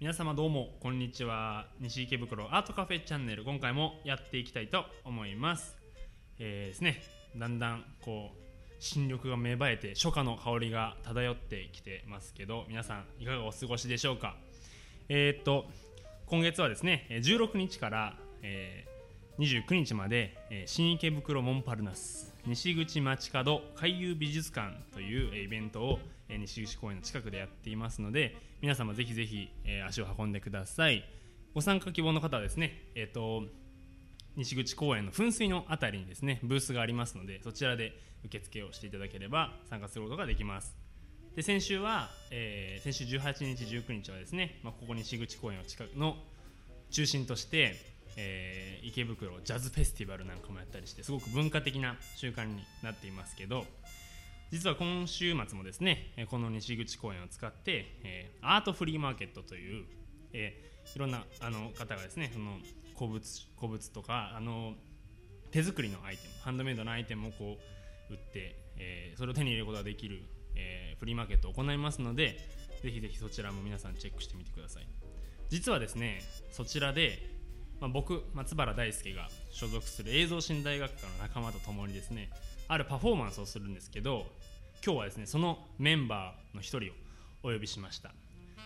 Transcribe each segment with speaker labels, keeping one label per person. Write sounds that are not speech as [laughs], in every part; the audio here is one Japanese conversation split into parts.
Speaker 1: 皆様どうもこんにちは西池袋アートカフェチャンネル今回もやっていきたいと思いますえーですねだんだんこう新緑が芽生えて初夏の香りが漂ってきてますけど皆さんいかがお過ごしでしょうかえーっと今月はですねえー16日から、えー29日まで、えー新池袋モンパルナス西口街角海遊美術館という、えーイベントを、えー西口公園の近くでやっていますので皆様ぜひぜひ、えー足を運んでくださいご参加希望の方はですねえーっと西口公園の噴水のあたりにですねブースがありますのでそちらで受付をしていただければ参加することができますで先週は、えー先週18日19日はですね、まあ、ここ西口公園を近くの中心として、えー池袋ジャズフェスティバルなんかもやったりしてすごく文化的な習慣になっていますけど実は今週末もですねえーこの西口公園を使って、えーアートフリーマーケットという、えーいろんなあの方がですねその古物古物とかあの手作りのアイテムハンドメイドのアイテムをこう売って、えーそれを手に入れることができる、えーフリーマーケットを行いますのでぜひぜひそちらも皆さんチェックしてみてください実はですねそちらで、まあ、僕松原大輔が所属する映像信大学科の仲間と共にですねあるパフォーマンスをするんですけど今日はですねそのメンバーの一人をお呼びしました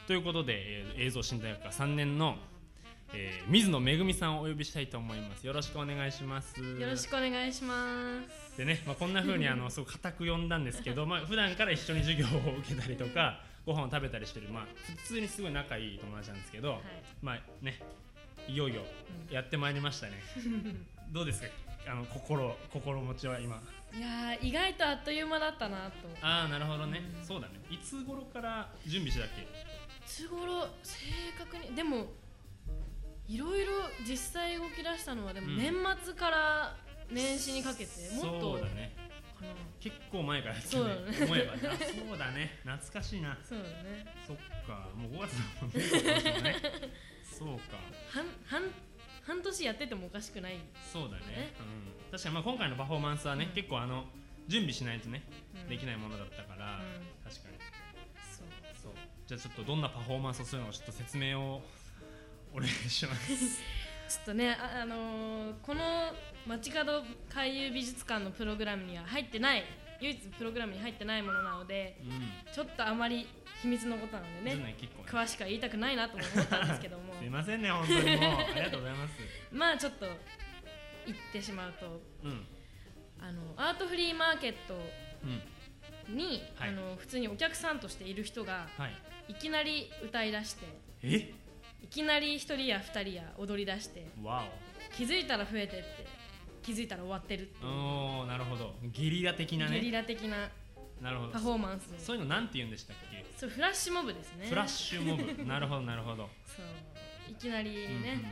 Speaker 1: ということで、えー映像信大学科3年の、えー水野めぐみさんをお呼びしたいと思いますよろしくお願いします
Speaker 2: よろしくお願いします。
Speaker 1: でね、まあ、こんな風にあのすごく固く呼んだんですけど、まあ普段から一緒に授業を受けたりとかご飯を食べたりしてる、まあ、普通にすごい仲いい友達なんですけど、まあねいよいよやってまいりま
Speaker 2: [laughs]
Speaker 1: したね、どうですかあの心心持ちは今
Speaker 2: いやー意外とあっという間だったなと。
Speaker 1: ああなるほどね、そうだねいつ頃から準備してたっけ
Speaker 2: いつ頃正確にでもいろいろ実際動き出したのはでも
Speaker 1: うん
Speaker 2: 年末から年始にかけて、もっと
Speaker 1: そうだ
Speaker 2: か
Speaker 1: ね
Speaker 2: な。
Speaker 1: 結構前からやってた
Speaker 2: そうだ
Speaker 1: ね
Speaker 2: ね
Speaker 1: 思えばなそうだね懐かしいな
Speaker 2: そうだね。
Speaker 1: そっかもう5月だもんね今年も
Speaker 2: [laughs]
Speaker 1: ねそうか
Speaker 2: 半半半年やっててもおかしくない。
Speaker 1: そうだね
Speaker 2: ね、
Speaker 1: うん、確かにまあ今回のパフォーマンスはね、
Speaker 2: うん
Speaker 1: 結構あの準備しないとね、
Speaker 2: うん
Speaker 1: できないものだったから、
Speaker 2: うん
Speaker 1: 確かに
Speaker 2: そう。
Speaker 1: そうじゃあちょっとどんなパフォーマンスをするのかちょっと説明をお願いします
Speaker 2: [laughs] ちょっとねあ、あのーこの街角海遊美術館のプログラムには入ってない唯一プログラムに入ってないものなので
Speaker 1: うん、
Speaker 2: ちょっとあまり秘密のことなので
Speaker 1: ね
Speaker 2: ね。
Speaker 1: 結構ね
Speaker 2: 詳しくは言いたくないなとも思ったんですけども
Speaker 1: すいませんね本当にもうありがとうございます
Speaker 2: [laughs] まあちょっと言ってしまうと
Speaker 1: うん
Speaker 2: あのアートフリーマーケット
Speaker 1: うん
Speaker 2: に、
Speaker 1: はい
Speaker 2: あの普通にお客さんとしている人が
Speaker 1: はい
Speaker 2: いきなり歌い出して
Speaker 1: え
Speaker 2: いきなり1人や2人や踊り出して
Speaker 1: わ
Speaker 2: 気づいたら増えてって気づいたら終わってるって
Speaker 1: お
Speaker 2: いう
Speaker 1: おーなるほどゲリラ的な
Speaker 2: ゲリ
Speaker 1: ね
Speaker 2: ラ的な
Speaker 1: なるほど
Speaker 2: パフォーマンス
Speaker 1: そ
Speaker 2: そう
Speaker 1: いうのなんて言うんでしたっけ、
Speaker 2: うフラッシュモブですね
Speaker 1: フラッシュモ
Speaker 2: [laughs]
Speaker 1: ブなるほどなるほど、
Speaker 2: そういきなりね、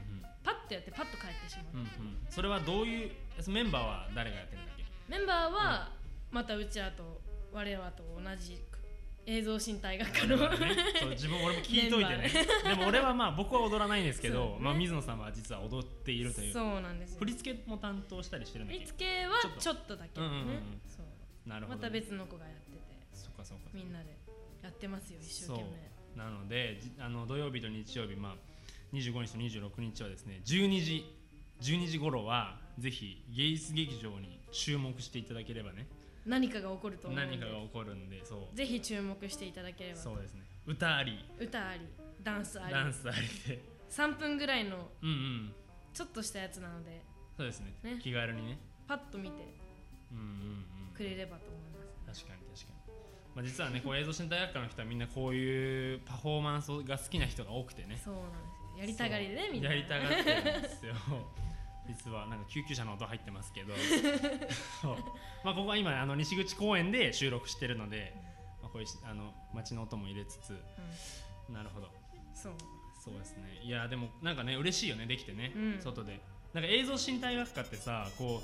Speaker 2: パッとやってパッと帰ってしまう
Speaker 1: うん、うんうんうんうん、それはどういうそのメンバーは誰がやってるんだっけ
Speaker 2: メンバーはまたうちらと我らと同じく映像身体学科の、
Speaker 1: ね [laughs] そう自分俺も聞いといてねでも俺はまあ僕は踊らないんですけど、
Speaker 2: そうね
Speaker 1: まあ、水野さんは実は踊っているという
Speaker 2: [laughs] そうなんですよ
Speaker 1: 振り付けも担当したりしてるんだ
Speaker 2: 振
Speaker 1: っ
Speaker 2: り
Speaker 1: け
Speaker 2: 付けはちょっとだけ
Speaker 1: う
Speaker 2: ね
Speaker 1: んうんうん
Speaker 2: そう
Speaker 1: なるほ
Speaker 2: ま
Speaker 1: ど、
Speaker 2: た別の子がやってて
Speaker 1: そっかそっか
Speaker 2: みんなでやってますよ一生懸命
Speaker 1: そうなのでじあの土曜日と日曜日、まあ、25日と26日はですね12時12時頃はぜひ芸術劇場に注目していただければね
Speaker 2: 何かが起こると思うんで
Speaker 1: 何かが起こるんでそう
Speaker 2: ぜひ注目していただければ
Speaker 1: そうですね歌あり
Speaker 2: 歌ありダンスあり
Speaker 1: ダンスありで
Speaker 2: 3分ぐらいの
Speaker 1: うんうん
Speaker 2: ちょっとしたやつなので
Speaker 1: そうですね
Speaker 2: ね
Speaker 1: 気軽にね
Speaker 2: パッと見て
Speaker 1: うんうんうん
Speaker 2: くれればと思います
Speaker 1: 確かに確かに、まあ、実はねこう映像身体学科の人はみんなこういうパフォーマンスが好きな人が多くてね
Speaker 2: そうなんですよやりたがりでねみんな
Speaker 1: やりたがってるんですよ [laughs] 実はなんか救急車の音入ってます
Speaker 2: [laughs]
Speaker 1: けどそうまあここは今あの西口公園で収録してるので、まあ、こういうしあの街の音も入れつつ
Speaker 2: [laughs] うん
Speaker 1: なるほど
Speaker 2: そう
Speaker 1: そうですねいやでもなんかね嬉しいよねできてね、
Speaker 2: うん
Speaker 1: 外でなんか映像身体学科ってさこ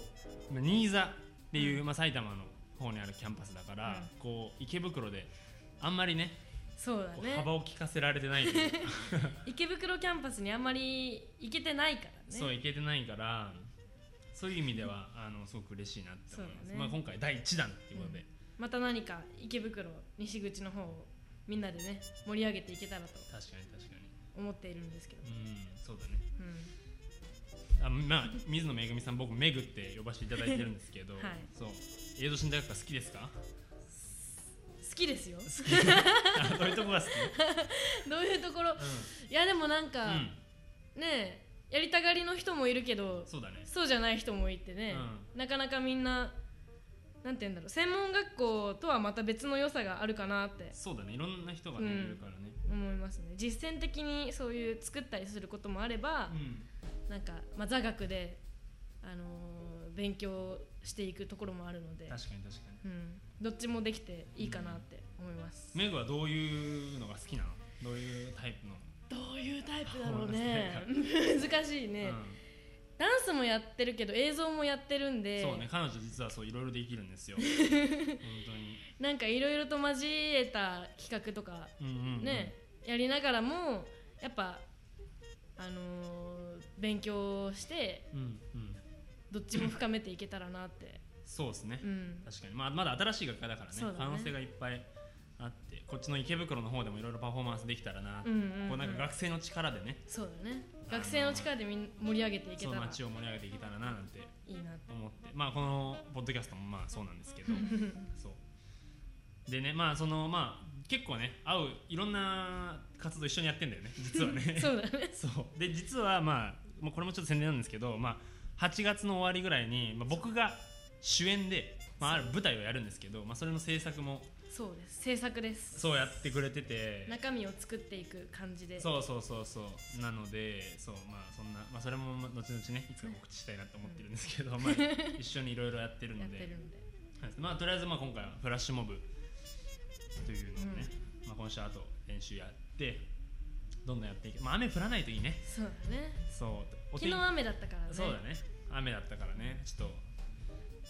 Speaker 1: うまあ新座っていう、
Speaker 2: うん
Speaker 1: まあ、埼玉の方にあるキャンパスだから、
Speaker 2: う
Speaker 1: こう池袋であんまりね
Speaker 2: そうだ
Speaker 1: こう
Speaker 2: ね
Speaker 1: 幅を利かせられてないと
Speaker 2: [laughs]
Speaker 1: いうか
Speaker 2: 池袋キャンパスにあんまり行けてないからね
Speaker 1: そういけてないからそういう意味ではあのすごく嬉しいなって思いま
Speaker 2: そう
Speaker 1: す、
Speaker 2: だね
Speaker 1: まあ、今回第1弾っていうことで、
Speaker 2: うんまた何か池袋西口の方をみんなでね盛り上げていけたらと
Speaker 1: 確かに確かに
Speaker 2: 思っているんですけど、
Speaker 1: うんそうだね
Speaker 2: うん、
Speaker 1: あまあ水野めぐみさん僕めぐって呼ばせていただいてるんですけど、
Speaker 2: [laughs] はい
Speaker 1: そう江戸新大学科好きですか [laughs]
Speaker 2: 好きですよ
Speaker 1: 好きあそういうとこが好き、
Speaker 2: [laughs] どういうところいやでもなんか、
Speaker 1: うん
Speaker 2: ねえやりたがりの人もいるけど
Speaker 1: うん、そうだね
Speaker 2: そうじゃない人もいてね、なかなかみんななんて言うんだろう専門学校とはまた別の良さがあるかなって
Speaker 1: そうだねいろんな人がね、
Speaker 2: うん
Speaker 1: いるからね
Speaker 2: 思いますね実践的にそういう作ったりすることもあれば、なんか、まあ、座学で、あのー勉強していくところもあるので、
Speaker 1: 確かに確かに
Speaker 2: うん、どっちもできていいかなって思います、
Speaker 1: めぐはどういうのが好きなのどういうタイプの、
Speaker 2: どういうタイプだろう
Speaker 1: あ
Speaker 2: ね難しいね、
Speaker 1: う
Speaker 2: ダンスもやってるけど映像もやってるん
Speaker 1: ん
Speaker 2: で
Speaker 1: そうね彼女実はそういろいろできるん
Speaker 2: [laughs]
Speaker 1: ですよ本
Speaker 2: なんかいろいろと交えた企画とか
Speaker 1: 当に、うんうんうん、
Speaker 2: ね、やりながらもやっぱあのー勉強して
Speaker 1: うんうん
Speaker 2: どっちも深めていけたらなって、
Speaker 1: そうですね、
Speaker 2: うん、
Speaker 1: 確かに、まあ、まだ新しい学科だからね
Speaker 2: そうだね
Speaker 1: 可能性がいっぱいあってこっちの池袋の方でもいろいろパフォーマンスできたらな、
Speaker 2: うんうんうん
Speaker 1: こうなんか学生の力でね
Speaker 2: そうだね学生の力でみん盛り上げていけ
Speaker 1: そ
Speaker 2: た
Speaker 1: の
Speaker 2: ら
Speaker 1: 街を盛り上げていけたらななんて
Speaker 2: いいなって
Speaker 1: 思ってまあこのポッドキャストもまあそうなんですけ
Speaker 2: [laughs]
Speaker 1: どそうでねまあそのまあ結構ね会ういろんな活動一緒にやってんだよ
Speaker 2: [laughs]
Speaker 1: ね実はね
Speaker 2: そうだね
Speaker 1: そうで実はまあもうこれもちょっと宣伝なんですけど、まあ、8月の終わりぐらいに、まあ、僕が主演で、まあ、ある舞台をやるんですけど、まあ、それの制作も
Speaker 2: そうです制作です
Speaker 1: そうやってくれてて
Speaker 2: 中身を作っていく感じで
Speaker 1: そうそうそうそうなのでそうまあそんな、まあ、それもまあ後々ねいつか告知したいなと思ってるんですけど、
Speaker 2: [laughs]
Speaker 1: まあ、一緒にいろいろやってる
Speaker 2: やっ
Speaker 1: の
Speaker 2: てる
Speaker 1: で
Speaker 2: ので
Speaker 1: はいまあとりあえずまあ今回はフラッシュモブというのをね、まあ、今週あと練習やってどんどんやっていく、まあ、雨降らないといいね
Speaker 2: そうだね
Speaker 1: そうお
Speaker 2: 昨
Speaker 1: 天
Speaker 2: 日
Speaker 1: 気
Speaker 2: 雨だったからね
Speaker 1: そうだね雨だったからねちょっと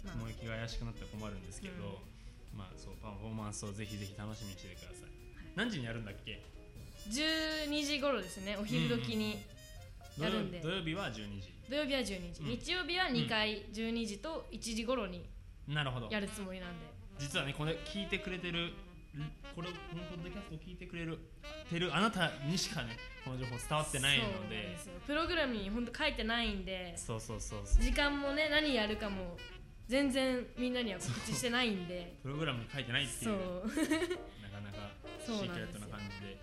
Speaker 2: まあ
Speaker 1: 雲行きが怪しくなったら困るんですけど、まあそうパフォーマンスをぜひぜひ楽しみにしててください何時にやるんだっけ
Speaker 2: 12時頃ですねお昼時に、
Speaker 1: 土
Speaker 2: や
Speaker 1: 曜
Speaker 2: るんで
Speaker 1: 土曜日は12時
Speaker 2: 土曜日は12時、
Speaker 1: うん
Speaker 2: 日曜日は2回12時と1時頃に
Speaker 1: なるほど
Speaker 2: やるつもりなんで、
Speaker 1: 実はねこれ聞いてくれてるこれこのポッドキャストを聞いてくれるてるあなたにしかねこの情報伝わってないの
Speaker 2: そうなん
Speaker 1: です
Speaker 2: よプログラムに本当書いてないんで
Speaker 1: そうそうそうそう
Speaker 2: 時間もね何やるかも全然みんなには告知してないんで
Speaker 1: プログラムに書いてないってい
Speaker 2: そうう
Speaker 1: なかなかシ
Speaker 2: そうなん
Speaker 1: ークレッ
Speaker 2: ですよ
Speaker 1: トな感じで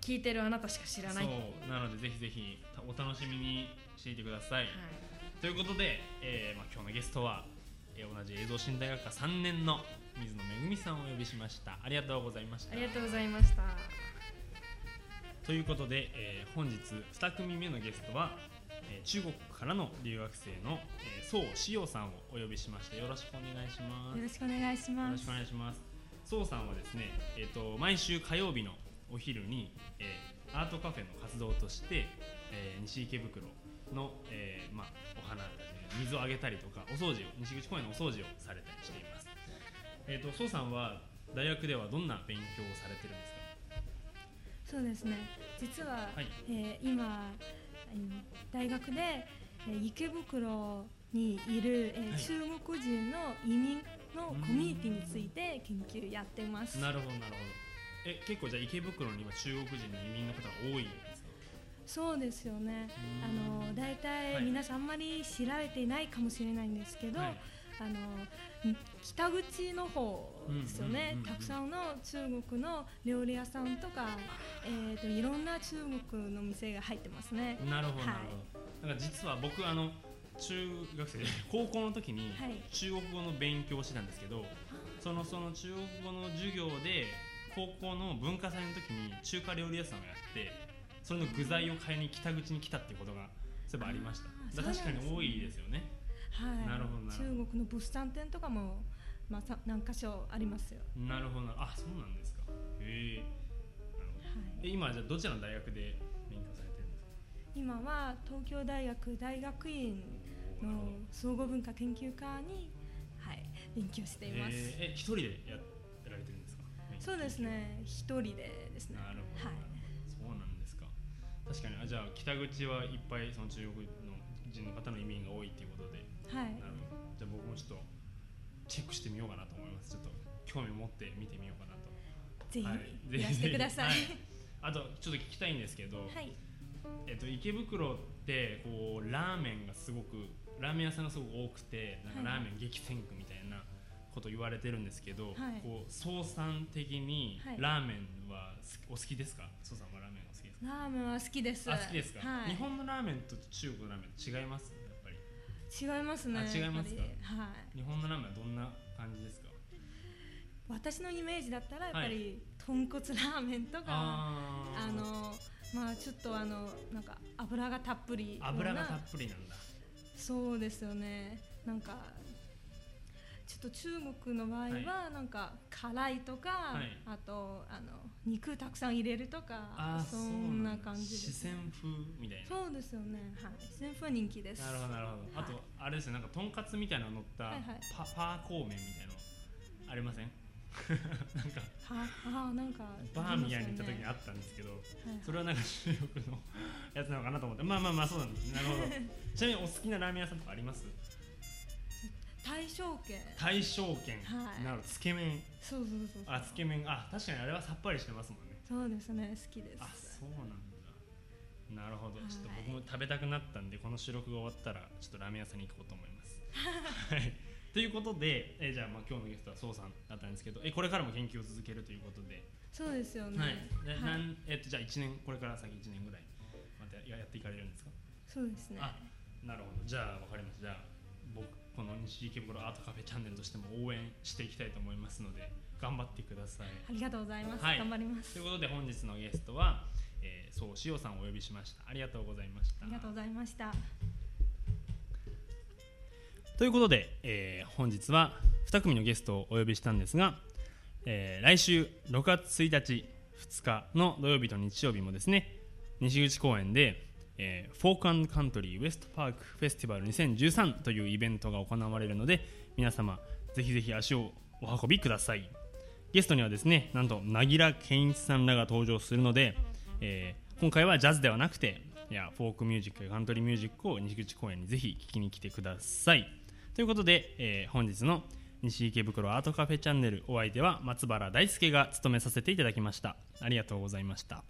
Speaker 2: 聞いてるあなたしか知らない
Speaker 1: そうなのでぜひぜひたお楽しみにしていてください、ということで、えーまあ、今日のゲストは、えー同じ映像信大学科3年の水野めぐみさんをお呼びしましたありがとうございました
Speaker 2: はい、ありがとうございました
Speaker 1: ということで、えー本日2組目のゲストは、えー中国からの留学生の、えー、宋志陽さんをお呼びしましてよろしくお願いします。
Speaker 3: よろしくお願いし
Speaker 1: よ
Speaker 3: ま
Speaker 1: ろし
Speaker 3: す
Speaker 1: くお。願いします。宋さんはですね、えっ、と毎週火曜日のお昼に、えーアートカフェの活動として、えー西池袋の、えーまあお花、えー水をあげたりとかお掃除を西口公園のお掃除をされたりしています。えっ、と宋さんは大学ではどんな勉強をされてるんですか。
Speaker 3: そうですね。実は、
Speaker 1: はい
Speaker 3: えー今あの大学で、えー池袋にいる、えー
Speaker 1: はい
Speaker 3: 中国人の移民のコミュニティについて研究やってます。
Speaker 1: なるほどなるほどえ結構じゃあ池袋に今中国人の移民の方が多いんですか
Speaker 3: そうですよね。あの大
Speaker 1: は
Speaker 3: 体
Speaker 1: い
Speaker 3: 皆さんあんまり知られていないかもしれないんですけど、
Speaker 1: はい
Speaker 3: あのん北口の方ですよね、
Speaker 1: うんうんうんうん
Speaker 3: たくさんの中国の料理屋さんとか、えー、といろんな中国の店が入ってますね。
Speaker 1: なるほど
Speaker 3: はい
Speaker 1: なるほど、なんか実は僕あの中学生 [laughs] 高校の時に
Speaker 3: はい
Speaker 1: 中国語の勉強をしてたんですけど、そのその中国語の授業で高校の文化祭の時に中華料理屋さんをやってそれの具材を買いに北口に来たっていうことがそういえばありました
Speaker 3: あー
Speaker 1: だから
Speaker 3: そうな
Speaker 1: 確か
Speaker 3: んですね
Speaker 1: に多いですよね
Speaker 3: はい、
Speaker 1: なるほどなるほど
Speaker 3: 中国の物産展とかも、まあ、さ何箇所ありますよ。
Speaker 1: なるほどなあそうなんですかへえ
Speaker 3: は
Speaker 1: なるほどえ
Speaker 3: い、
Speaker 1: 今じゃあどちらの大学で勉強されてるんですか
Speaker 3: 今は東京大学大学院の総合文化研究科に、はい、勉強しています。
Speaker 1: えーえ一人でやられてるんですか
Speaker 3: そうですね、一人でですね。
Speaker 1: なるほど、
Speaker 3: はい
Speaker 1: そうなんですか確かにあじゃあ北口はいっぱいその中国の人の方の移民が多いっていうことで、
Speaker 3: はい
Speaker 1: な、るほどじゃあ僕もちょっとチェックしてみようかなと思いますちょっと興味持って見てみようかなと
Speaker 3: ぜ
Speaker 1: はい
Speaker 3: [laughs] ひいらしてください。
Speaker 1: はいあとちょっと聞きたいんですけど、
Speaker 2: はい
Speaker 1: えっと、池袋ってこうラーメンがすごくラーメン屋さんがすごく多くてなんか
Speaker 2: はい
Speaker 1: ラーメン激戦区みたいなこと言われてるんですけど、
Speaker 2: はい
Speaker 1: こう総さん的に
Speaker 2: はい
Speaker 1: ラーメンはすお好きですか総さんはラーメンは好きですか
Speaker 2: ラーメンは好きです
Speaker 1: あ好きですか、
Speaker 2: はい
Speaker 1: 日本のラーメンと中国のラーメンって違いますやっぱり
Speaker 2: 違いますね
Speaker 1: あ違いますか
Speaker 2: やっぱりはい
Speaker 1: 日本のラーメンはどんな感じですか
Speaker 2: 私のイメージだったらやっぱ
Speaker 1: は
Speaker 2: り豚骨ラーメンとか、
Speaker 1: あー
Speaker 2: あのまあちょっとあのなんか油がたっぷり
Speaker 1: 油が
Speaker 2: な
Speaker 1: たっぷりなんだ
Speaker 2: そうですよねなんかちょっと中国の場合
Speaker 1: は
Speaker 2: はなんか辛いとか、
Speaker 1: い
Speaker 2: あとあの肉たくさん入れるとか
Speaker 1: あー
Speaker 2: そんな
Speaker 1: だ
Speaker 2: 感じです
Speaker 1: 四川風みたいな
Speaker 2: そうですよねはい旋風は人気です
Speaker 1: なるほどなるほど、あと
Speaker 2: はい
Speaker 1: あれですよなんかとんかつみたいなの乗った、
Speaker 2: はいはい
Speaker 1: パパーコーメンみたいなのありま
Speaker 2: [laughs]
Speaker 1: せんなんか
Speaker 2: はあーなんか
Speaker 1: バーミヤンに行った時にあ
Speaker 2: っ
Speaker 1: ったんですけど
Speaker 2: た、はいはい
Speaker 1: それはなんか中国のやつなのかなと思ってまあまあまあそうなんですなる
Speaker 2: [laughs]
Speaker 1: ほどちなみにお好きなラーメン屋さんとかあります
Speaker 2: 大正圏
Speaker 1: 大正軒、
Speaker 2: はい
Speaker 1: なるほどつけ麺
Speaker 2: そうそうそうそう
Speaker 1: あつけ麺あ確かにあれはさっぱりしてますもんね
Speaker 2: そうですね好きで
Speaker 1: あ
Speaker 2: す
Speaker 1: そうなんだなるほど
Speaker 2: はい
Speaker 1: ちょっと僕も食べたくなったんでこの収録が終わったらちょっとラーメン屋さんに行こうと思い
Speaker 2: [laughs]
Speaker 1: ますはいということでえーじゃあまあ今日のゲストはそうさんだったんですけどえこれからも研究を続けるということで、
Speaker 2: そうですよね、
Speaker 1: はいで
Speaker 2: はい
Speaker 1: なんえっとじゃあ1年これから先1年ぐらいまたややっていかれるんですか
Speaker 2: そうですね
Speaker 1: あなるほどじゃあわかりましたじゃあ僕この西池袋アートカフェチャンネルとしても応援していきたいと思いますので頑張ってください
Speaker 2: ありがとうございます、
Speaker 1: はい
Speaker 2: 頑張ります
Speaker 1: ということで本日のゲストは、えー、そうしおさんをお呼びしましたありがとうございました
Speaker 2: ありがとうございました
Speaker 1: ということで、えー本日は2組のゲストをお呼びしたんですが、えー来週6月1日2日の土曜日と日曜日もですね西口公園で、えーフォークカントリーウエストパークフェスティバル2013というイベントが行われるので皆様ぜひぜひ足をお運びくださいゲストにはですねなんと凪良健一さんらが登場するので、えー今回はジャズではなくていやフォークミュージックやカントリーミュージックを西口公園にぜひ聴きに来てくださいということで、えー本日の西池袋アートカフェチャンネルお相手は松原大輔が務めさせていただきましたありがとうございました